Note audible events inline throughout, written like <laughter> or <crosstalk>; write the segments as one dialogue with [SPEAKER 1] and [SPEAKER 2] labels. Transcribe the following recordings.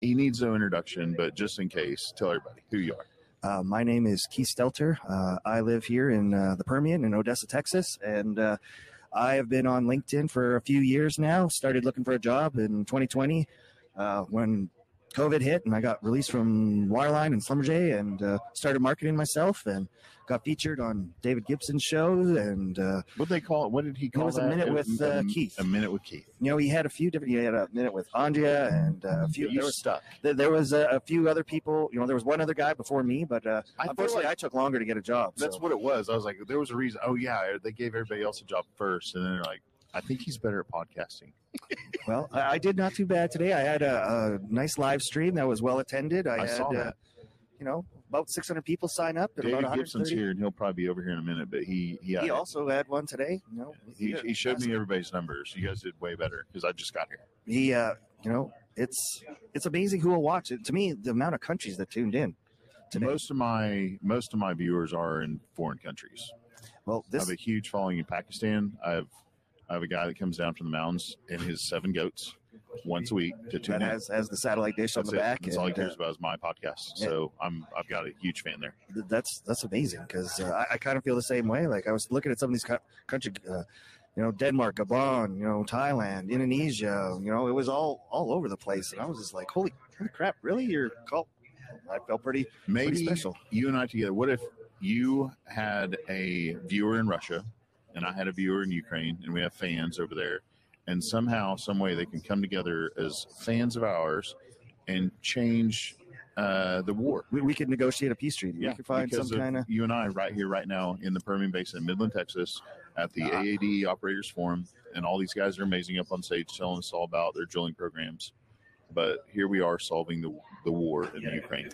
[SPEAKER 1] he needs no introduction, but just in case, tell everybody who you are.
[SPEAKER 2] Uh, my name is Keith Stelter. Uh, I live here in uh, the Permian in Odessa, Texas, and uh, I have been on LinkedIn for a few years now. Started looking for a job in 2020 uh, when COVID hit, and I got released from Wireline and Slumberjay, and uh, started marketing myself, and got featured on David Gibson's show, and uh,
[SPEAKER 1] What they call it? What did he call
[SPEAKER 2] was a
[SPEAKER 1] that?
[SPEAKER 2] minute
[SPEAKER 1] It
[SPEAKER 2] with, uh,
[SPEAKER 1] a-
[SPEAKER 2] Keith.
[SPEAKER 1] A minute with Keith.
[SPEAKER 2] you know he had a few different. He had a minute with Andrea, and uh, a few.
[SPEAKER 1] You
[SPEAKER 2] There was,
[SPEAKER 1] stuck.
[SPEAKER 2] there- there was a, a few other people. You know, there was one other guy before me, but uh,
[SPEAKER 1] I feel
[SPEAKER 2] unfortunately,
[SPEAKER 1] like-
[SPEAKER 2] I took longer to get a job.
[SPEAKER 1] That's
[SPEAKER 2] so.
[SPEAKER 1] what it was. I was like, there was a reason. Oh yeah, they gave everybody else a job first, and then they're like, I think he's better at podcasting.
[SPEAKER 2] Well, I, I did not too bad today. I had a, a nice live stream that was well attended. I,
[SPEAKER 1] I
[SPEAKER 2] had,
[SPEAKER 1] saw
[SPEAKER 2] Uh,
[SPEAKER 1] that.
[SPEAKER 2] you know, about 600 people sign up. And
[SPEAKER 1] David
[SPEAKER 2] about
[SPEAKER 1] Gibson's
[SPEAKER 2] 130
[SPEAKER 1] here, and he'll probably be over here in a minute. But he he
[SPEAKER 2] He
[SPEAKER 1] he,
[SPEAKER 2] also had one today. You know,
[SPEAKER 1] he, he showed me everybody's numbers. You guys did way better because I just got here.
[SPEAKER 2] He, uh, you know, it's it's amazing who will watch it. To me, the amount of countries that tuned in today.
[SPEAKER 1] Most of my most of my viewers are in foreign countries.
[SPEAKER 2] well,
[SPEAKER 1] I
[SPEAKER 2] this
[SPEAKER 1] have a huge following in Pakistan. I have I have a guy that comes down from the mountains and his seven goats once a week to tune
[SPEAKER 2] that
[SPEAKER 1] in.
[SPEAKER 2] has, has the satellite dish on
[SPEAKER 1] That's
[SPEAKER 2] the
[SPEAKER 1] it.
[SPEAKER 2] back.
[SPEAKER 1] That's all he
[SPEAKER 2] and, uh,
[SPEAKER 1] cares about is my podcast. So I'm I've got a huge fan there.
[SPEAKER 2] th- that's that's amazing because uh, I, I kind of feel the same way. Like I was looking at some of these co- country, uh, you know, Denmark, Gabon, you know, Thailand, Indonesia. You know, it was all all over the place, and I was just like, holy crap, really? You're called? I felt pretty pretty
[SPEAKER 1] Maybe
[SPEAKER 2] special.
[SPEAKER 1] you and I together. What if you had a viewer in Russia and I had a viewer in Ukraine and we have fans over there and somehow some way they can come together as fans of ours and change uh, the war.
[SPEAKER 2] We, we could negotiate a peace treaty. we could find some
[SPEAKER 1] because
[SPEAKER 2] kind of
[SPEAKER 1] you and I right here, right now in the Permian Basin, in Midland, Texas, at the
[SPEAKER 2] Ah.
[SPEAKER 1] AAD Operators Forum, and all these guys are amazing up on stage telling us all about their drilling programs. But here we are solving the the war in Ukraine.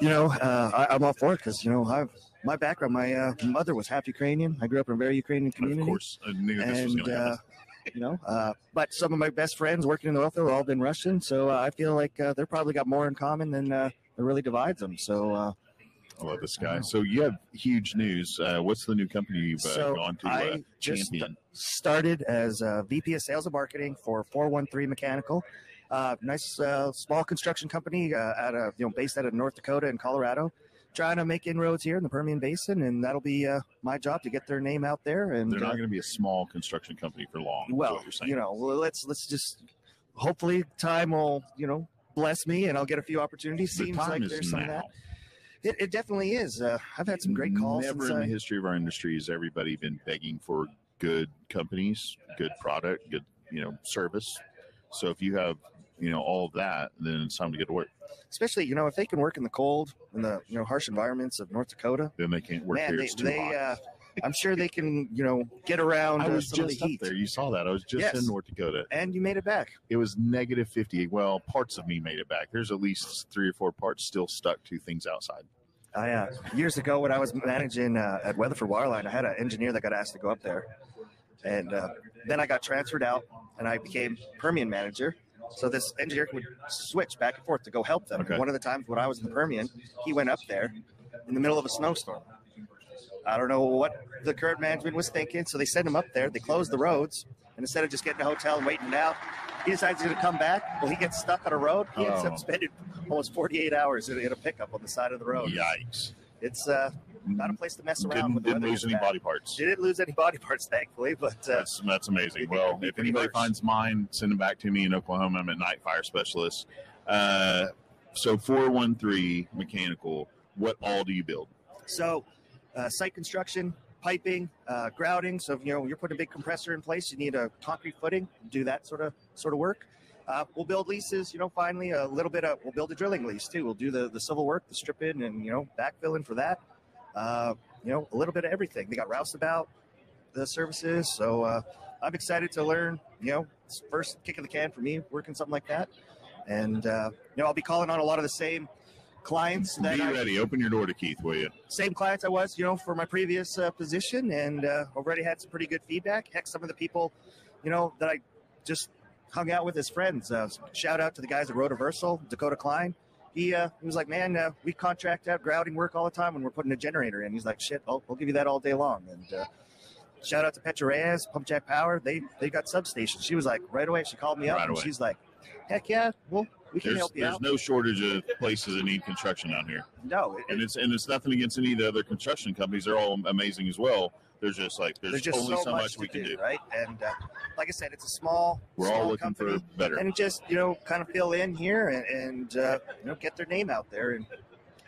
[SPEAKER 2] you know, uh, I, I'm all for it because you know, I've, my background, my uh, mother was half Ukrainian. I grew up in a very Ukrainian community.
[SPEAKER 1] Of course, I knew this was going
[SPEAKER 2] and
[SPEAKER 1] to happen.
[SPEAKER 2] uh, you know, uh, but some of my best friends working in the oil field have all been Russian, so uh, I feel like uh, they're probably got more in common than uh, that really divides them. So, uh, uh-huh.
[SPEAKER 1] I love this guy. So you have huge news. Uh, what's the new company you've uh,
[SPEAKER 2] so
[SPEAKER 1] gone to? uh,
[SPEAKER 2] I just
[SPEAKER 1] Champion.
[SPEAKER 2] started as a VP of Sales and Marketing for 413 Mechanical, uh, nice uh, small construction company uh, out of you know based out of North Dakota and Colorado. Trying to make inroads here in the Permian Basin, and that'll be uh, my job to get their name out there. And
[SPEAKER 1] They're not
[SPEAKER 2] uh,
[SPEAKER 1] going to be a small construction company for long. is
[SPEAKER 2] well,
[SPEAKER 1] what you're saying.
[SPEAKER 2] you know, well, let's let's just hopefully time will you know bless me and I'll get a few opportunities.
[SPEAKER 1] the
[SPEAKER 2] Seems
[SPEAKER 1] time
[SPEAKER 2] like
[SPEAKER 1] is
[SPEAKER 2] there's some
[SPEAKER 1] now.
[SPEAKER 2] of that. It, it definitely is. Uh, I've had some great calls.
[SPEAKER 1] Never
[SPEAKER 2] since
[SPEAKER 1] in the
[SPEAKER 2] I-
[SPEAKER 1] history of our industry has everybody been begging for good companies, good product, good you know service. So if you have you know all of that, then it's time to get to work.
[SPEAKER 2] especially you know if they can work in the cold in the you know harsh environments of North Dakota.
[SPEAKER 1] Then they can't work
[SPEAKER 2] man,
[SPEAKER 1] here.
[SPEAKER 2] they,
[SPEAKER 1] It's too
[SPEAKER 2] they
[SPEAKER 1] hot.
[SPEAKER 2] uh, I'm sure they can you know get around
[SPEAKER 1] <laughs> I
[SPEAKER 2] uh,
[SPEAKER 1] was
[SPEAKER 2] some of
[SPEAKER 1] just
[SPEAKER 2] the
[SPEAKER 1] up
[SPEAKER 2] heat.
[SPEAKER 1] there. You saw that. I was just
[SPEAKER 2] Yes.
[SPEAKER 1] in North Dakota.
[SPEAKER 2] And you made it back.
[SPEAKER 1] It was negative 50. Well, parts of me made it back. There's at least three or four parts still stuck to things outside.
[SPEAKER 2] I uh, years ago when I was managing uh, at Weatherford Wireline, I had an engineer that got asked to go up there, and uh, then I got transferred out and I became Permian manager. So this engineer would switch back and forth to go help them.
[SPEAKER 1] Okay.
[SPEAKER 2] One of the times when I was in the Permian, he went up there in the middle of a snowstorm. I don't know what the current management was thinking, so they sent him up there. They closed the roads, and instead of just getting a hotel and waiting it out, he decides he's going to come back. Well, he gets stuck on a road. He ends
[SPEAKER 1] Oh.
[SPEAKER 2] up spending almost 48 hours in, in a pickup on the side of the road
[SPEAKER 1] Yikes.
[SPEAKER 2] it's uh, not a place to mess around
[SPEAKER 1] Didn't,
[SPEAKER 2] with. the
[SPEAKER 1] didn't
[SPEAKER 2] weather
[SPEAKER 1] lose
[SPEAKER 2] is
[SPEAKER 1] any
[SPEAKER 2] bad.
[SPEAKER 1] body parts.
[SPEAKER 2] Didn't lose any body parts, thankfully. But uh,
[SPEAKER 1] That's that's amazing.
[SPEAKER 2] It-
[SPEAKER 1] Well,
[SPEAKER 2] it'd be
[SPEAKER 1] if
[SPEAKER 2] pretty
[SPEAKER 1] anybody
[SPEAKER 2] much.
[SPEAKER 1] finds mine, send them back to me in Oklahoma. I'm a night fire specialist. Uh, so four one three mechanical. What all do you build?
[SPEAKER 2] so, uh, site construction, piping, uh, grouting. So you know you're putting a big compressor in place. You need a concrete footing. Do that sort of sort of work. Uh, we'll build leases. You know, finally a little bit of. We'll build a drilling lease too. We'll do the the civil work, the stripping, and you know backfilling for that. Uh, you know, a little bit of everything. They got roustabout the services. So uh, I'm excited to learn. You know, it's first kick of the can for me working something like that. And uh, you know, I'll be calling on a lot of the same clients that
[SPEAKER 1] Be
[SPEAKER 2] I
[SPEAKER 1] ready. Open your door to Keith, will you?
[SPEAKER 2] same clients I was, you know, for my previous uh, position, and uh, already had some pretty good feedback. Heck, some of the people, you know, that I just hung out with as friends. Uh, shout out to the guys at Rotaversal, Dakota Klein. He, uh, he was like, man, uh, we contract out grouting work all the time when we're putting a generator in. He's like, shit, I'll, we'll give you that all day long. And uh, shout out to Petra Reyes, Pump Jack Power. They they got substations. She was like, right away, she called me up
[SPEAKER 1] Right
[SPEAKER 2] and
[SPEAKER 1] away.
[SPEAKER 2] she's like, heck yeah, we'll We can
[SPEAKER 1] There's
[SPEAKER 2] help you
[SPEAKER 1] there's
[SPEAKER 2] out.
[SPEAKER 1] no shortage of places that need construction down here,
[SPEAKER 2] No, it-
[SPEAKER 1] and it's and it's nothing against any of the other construction companies. They're all amazing as well. There's just like there's,
[SPEAKER 2] there's just
[SPEAKER 1] only
[SPEAKER 2] so, much,
[SPEAKER 1] we
[SPEAKER 2] to
[SPEAKER 1] can do.
[SPEAKER 2] right? And uh, like I said, it's a small,
[SPEAKER 1] We're
[SPEAKER 2] small
[SPEAKER 1] all looking
[SPEAKER 2] company,
[SPEAKER 1] for better.
[SPEAKER 2] and just you know, kind of fill in here and, and uh, you know, get their name out there. And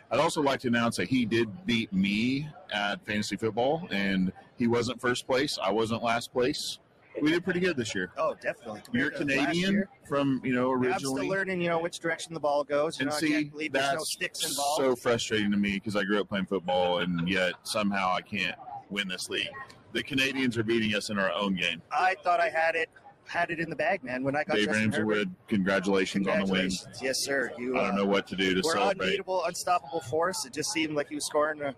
[SPEAKER 1] I'd also like to announce that he did beat me at fantasy football, and he wasn't first place. I wasn't last place. We did pretty good this year.
[SPEAKER 2] oh, definitely,
[SPEAKER 1] You're
[SPEAKER 2] compared to last
[SPEAKER 1] Canadian
[SPEAKER 2] year,
[SPEAKER 1] from you know
[SPEAKER 2] I'm still
[SPEAKER 1] originally,
[SPEAKER 2] learning, you know, which direction the ball goes. You
[SPEAKER 1] and
[SPEAKER 2] know, I
[SPEAKER 1] see
[SPEAKER 2] can't believe there's no
[SPEAKER 1] that's
[SPEAKER 2] sticks involved.
[SPEAKER 1] so frustrating to me because I grew up playing football, and yet somehow I can't win this league. The Canadians are beating us in our own game.
[SPEAKER 2] I thought I had it, had it in the bag, man. When I got
[SPEAKER 1] Dave
[SPEAKER 2] Justin Herbert,
[SPEAKER 1] Ramswood, congratulations,
[SPEAKER 2] congratulations, yes, sir.
[SPEAKER 1] on the
[SPEAKER 2] You,
[SPEAKER 1] win. I don't
[SPEAKER 2] uh,
[SPEAKER 1] know what to do to
[SPEAKER 2] were
[SPEAKER 1] celebrate.
[SPEAKER 2] unbeatable, unstoppable force. It just seemed like he was scoring. Uh,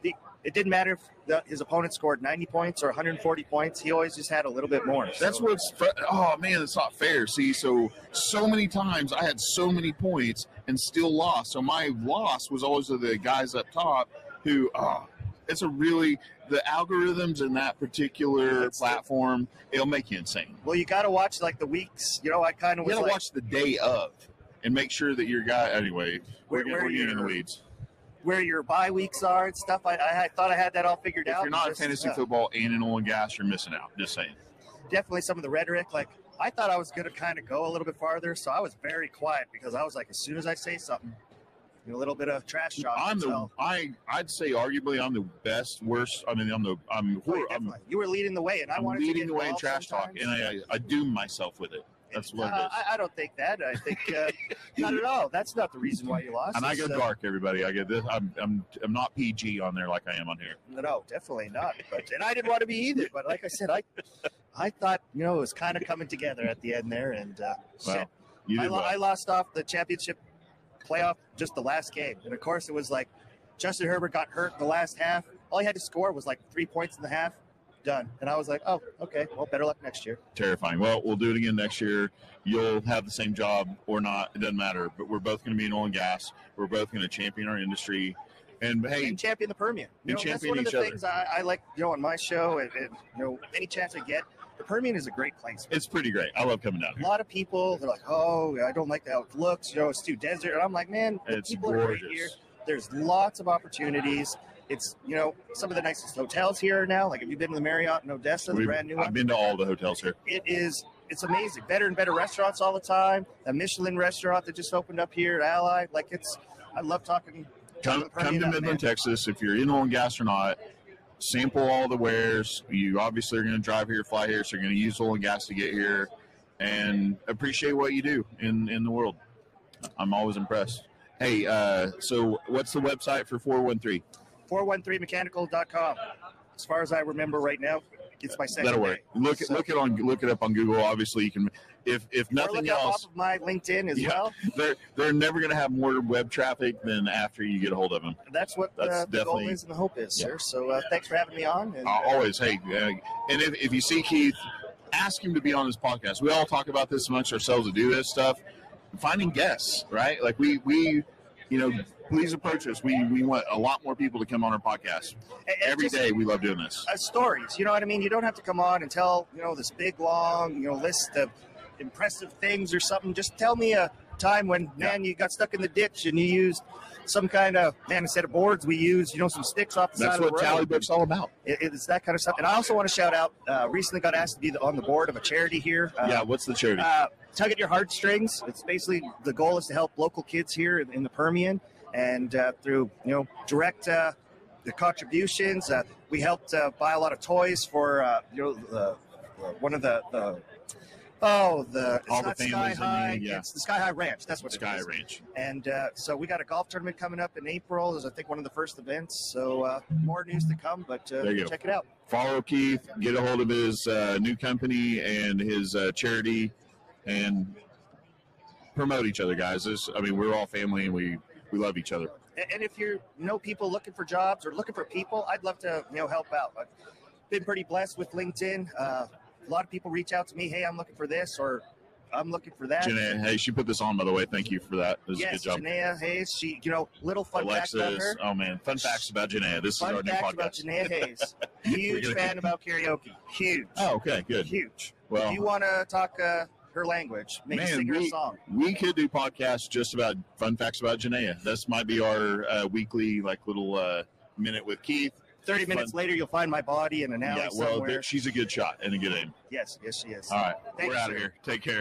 [SPEAKER 2] the, it didn't matter if the, his opponent scored 90 points or 140 points. He always just had a little bit more.
[SPEAKER 1] That's
[SPEAKER 2] So-
[SPEAKER 1] what's fr- oh man, that's not fair. See, so so many times I had so many points and still lost. So my loss was always to the guys up top who oh, it's a really the algorithms in that particular
[SPEAKER 2] That's it.
[SPEAKER 1] platform, it'll make you insane.
[SPEAKER 2] Well, you got to watch like the weeks. You know, I kind of
[SPEAKER 1] You
[SPEAKER 2] was
[SPEAKER 1] gotta
[SPEAKER 2] like,
[SPEAKER 1] watch the day of and make sure that your guy anyway, we're,
[SPEAKER 2] where,
[SPEAKER 1] getting,
[SPEAKER 2] where,
[SPEAKER 1] we're getting in the
[SPEAKER 2] your,
[SPEAKER 1] weeds.
[SPEAKER 2] where your bye weeks are and stuff. I, I, I thought I had that all figured
[SPEAKER 1] If
[SPEAKER 2] out.
[SPEAKER 1] you're not in
[SPEAKER 2] Just,
[SPEAKER 1] fantasy
[SPEAKER 2] uh,
[SPEAKER 1] football and in oil and gas, you're missing out. Just saying.
[SPEAKER 2] definitely some of the rhetoric. Like I thought I was going to kind of go a little bit farther, so I was very quiet because I was like, as soon as I say something, you know, a little bit of trash talk.
[SPEAKER 1] I'm
[SPEAKER 2] so-
[SPEAKER 1] the I I'd say arguably I'm the best worst. I mean I'm the I'm
[SPEAKER 2] Oh,
[SPEAKER 1] hor-
[SPEAKER 2] yeah,
[SPEAKER 1] I'm
[SPEAKER 2] definitely. you were leading the way, and I
[SPEAKER 1] I'm
[SPEAKER 2] wanted to
[SPEAKER 1] leading
[SPEAKER 2] get
[SPEAKER 1] the way in
[SPEAKER 2] involved
[SPEAKER 1] trash
[SPEAKER 2] sometimes.
[SPEAKER 1] talk, and I, uh, I doom myself with it. That's what it is.
[SPEAKER 2] Uh, I, I don't think that. I think uh,
[SPEAKER 1] <laughs>
[SPEAKER 2] not at all. That's not the reason why you lost.
[SPEAKER 1] And I
[SPEAKER 2] It's,
[SPEAKER 1] go
[SPEAKER 2] uh,
[SPEAKER 1] dark, everybody. I get this. I'm, I'm, I'm not PG on there like I am on here.
[SPEAKER 2] No, definitely not. But and I didn't want to be either. But like I said, I I thought you know it was kind of coming together at the end there, and uh, shit,
[SPEAKER 1] Well, you
[SPEAKER 2] I,
[SPEAKER 1] did
[SPEAKER 2] lo- I
[SPEAKER 1] well.
[SPEAKER 2] lost off the championship playoff just the last game, and of course it was like Justin Herbert got hurt in the last half. All he had to score was like three points in the half. Done. And I was like, oh, okay. Well, better luck next year.
[SPEAKER 1] Terrifying. Well, we'll do it again next year. You'll have the same job or not. It doesn't matter. But we're both going to be in oil and gas. We're both going to champion our industry. And hey,
[SPEAKER 2] and champion the Permian. You
[SPEAKER 1] And
[SPEAKER 2] know, that's
[SPEAKER 1] champion
[SPEAKER 2] one of
[SPEAKER 1] each
[SPEAKER 2] the
[SPEAKER 1] other.
[SPEAKER 2] things I, I like, you know, on my show, and, and you know, any chance I get, the Permian is a great place.
[SPEAKER 1] it's pretty great. I love coming down
[SPEAKER 2] A
[SPEAKER 1] here.
[SPEAKER 2] lot of people, they're like, "Oh, I don't like how it looks." You know, it's too desert. And I'm like, "Man, the
[SPEAKER 1] It's
[SPEAKER 2] people are great here.
[SPEAKER 1] gorgeous.
[SPEAKER 2] There's lots of opportunities. It's you know, some of the nicest hotels here now. Like, have you been to the Marriott in Odessa, the
[SPEAKER 1] We've-
[SPEAKER 2] brand new
[SPEAKER 1] I've
[SPEAKER 2] one?
[SPEAKER 1] been to all the hotels here.
[SPEAKER 2] It is. It's amazing. Better and better restaurants all the time. A Michelin restaurant that just opened up here at Ally. Like, it's. I love talking.
[SPEAKER 1] come,
[SPEAKER 2] Turn
[SPEAKER 1] come
[SPEAKER 2] it
[SPEAKER 1] to
[SPEAKER 2] up,
[SPEAKER 1] Midland,
[SPEAKER 2] man.
[SPEAKER 1] Texas. If you're in oil and gas or not, sample all the wares. You obviously are going to drive here, fly here, so you're going to use oil and gas to get here, and appreciate what you do in in the world. I'm always impressed. Hey, uh, so what's the website for 413?
[SPEAKER 2] 413mechanical.com. As far as I remember right now, it's my 2nd
[SPEAKER 1] That'll work. Look it
[SPEAKER 2] So-
[SPEAKER 1] look it on look it up on Google. Obviously, you can if if
[SPEAKER 2] or look
[SPEAKER 1] nothing
[SPEAKER 2] up
[SPEAKER 1] else,
[SPEAKER 2] off of my LinkedIn as
[SPEAKER 1] Yeah.
[SPEAKER 2] well.
[SPEAKER 1] they're they're never going to have more web traffic than after you get a hold of them.
[SPEAKER 2] That's what
[SPEAKER 1] That's
[SPEAKER 2] uh, the goal
[SPEAKER 1] definitely-
[SPEAKER 2] is and the hope is,
[SPEAKER 1] Yeah.
[SPEAKER 2] sir. So uh, thanks for having me on. And,
[SPEAKER 1] I always hey uh, and if, if you see keith ask him to be on this podcast we all talk about this amongst ourselves to do this stuff finding guests right like we we you know please approach us we we want a lot more people to come on our podcast
[SPEAKER 2] uh, and
[SPEAKER 1] every
[SPEAKER 2] just,
[SPEAKER 1] day we love doing this
[SPEAKER 2] uh, stories. You know what I mean? You don't have to come on and tell you know this big long you know list of impressive things or something. Just tell me a time when
[SPEAKER 1] Yeah.
[SPEAKER 2] man you got stuck in the ditch and you used some kind of man instead of boards we used you know some sticks off the
[SPEAKER 1] that's
[SPEAKER 2] side of
[SPEAKER 1] what
[SPEAKER 2] the road.
[SPEAKER 1] tally book's all about
[SPEAKER 2] It- it's that kind of stuff. And I also want to shout out. Uh, recently got asked to be the, on the board of a charity here. Uh,
[SPEAKER 1] yeah what's the charity
[SPEAKER 2] Uh, tug at your heartstrings. It's basically the goal is to help local kids here in, in the Permian, and uh, through you know direct uh, the contributions, uh, we helped uh, buy a lot of toys for uh, you know the, the, one of the. the Oh, the it's
[SPEAKER 1] All the
[SPEAKER 2] not Sky
[SPEAKER 1] families in there,
[SPEAKER 2] High.
[SPEAKER 1] yeah.
[SPEAKER 2] It's the Sky High Ranch. That's what
[SPEAKER 1] sky
[SPEAKER 2] it is.
[SPEAKER 1] ranch
[SPEAKER 2] And uh, so we got a golf tournament coming up in April. Is I think one of the first events. So uh, more news to come, but uh,
[SPEAKER 1] There you go.
[SPEAKER 2] check it out.
[SPEAKER 1] follow keith get a hold of his uh, new company and his uh, charity and promote each other guys this i mean we're all family and we we love each other
[SPEAKER 2] A- And if you know people looking for jobs or looking for people, I'd love to you know help out. I've been pretty blessed with LinkedIn. Uh, a lot of people reach out to me, hey, I'm looking for this or I'm looking for that.
[SPEAKER 1] Janae, hey, she put this on by the way. Thank you for that. It was a
[SPEAKER 2] yes,
[SPEAKER 1] good job.
[SPEAKER 2] Janaea Hayes. She, you know, little fun fact about
[SPEAKER 1] Alexis.
[SPEAKER 2] her.
[SPEAKER 1] Oh man, fun facts about Janae. This is our
[SPEAKER 2] Fun
[SPEAKER 1] new
[SPEAKER 2] fact about
[SPEAKER 1] podcast. <laughs>
[SPEAKER 2] Janaea Hayes. Huge
[SPEAKER 1] gonna-
[SPEAKER 2] fan about karaoke. Huge.
[SPEAKER 1] Oh, okay, good.
[SPEAKER 2] Huge.
[SPEAKER 1] Well,
[SPEAKER 2] if you want to talk uh, her language, maybe
[SPEAKER 1] Man,
[SPEAKER 2] sing her a
[SPEAKER 1] we-
[SPEAKER 2] song.
[SPEAKER 1] We could do podcasts just about fun facts about Janaea. This might be our uh, weekly like little uh, minute with Keith.
[SPEAKER 2] Thirty
[SPEAKER 1] fun.
[SPEAKER 2] minutes later, you'll find my body in an alley
[SPEAKER 1] yeah, well,
[SPEAKER 2] somewhere.
[SPEAKER 1] th- she's a good shot and a good aim.
[SPEAKER 2] yes, yes, she is.
[SPEAKER 1] All right,
[SPEAKER 2] Thank
[SPEAKER 1] we're
[SPEAKER 2] you,
[SPEAKER 1] out of
[SPEAKER 2] sir.
[SPEAKER 1] here. Take care.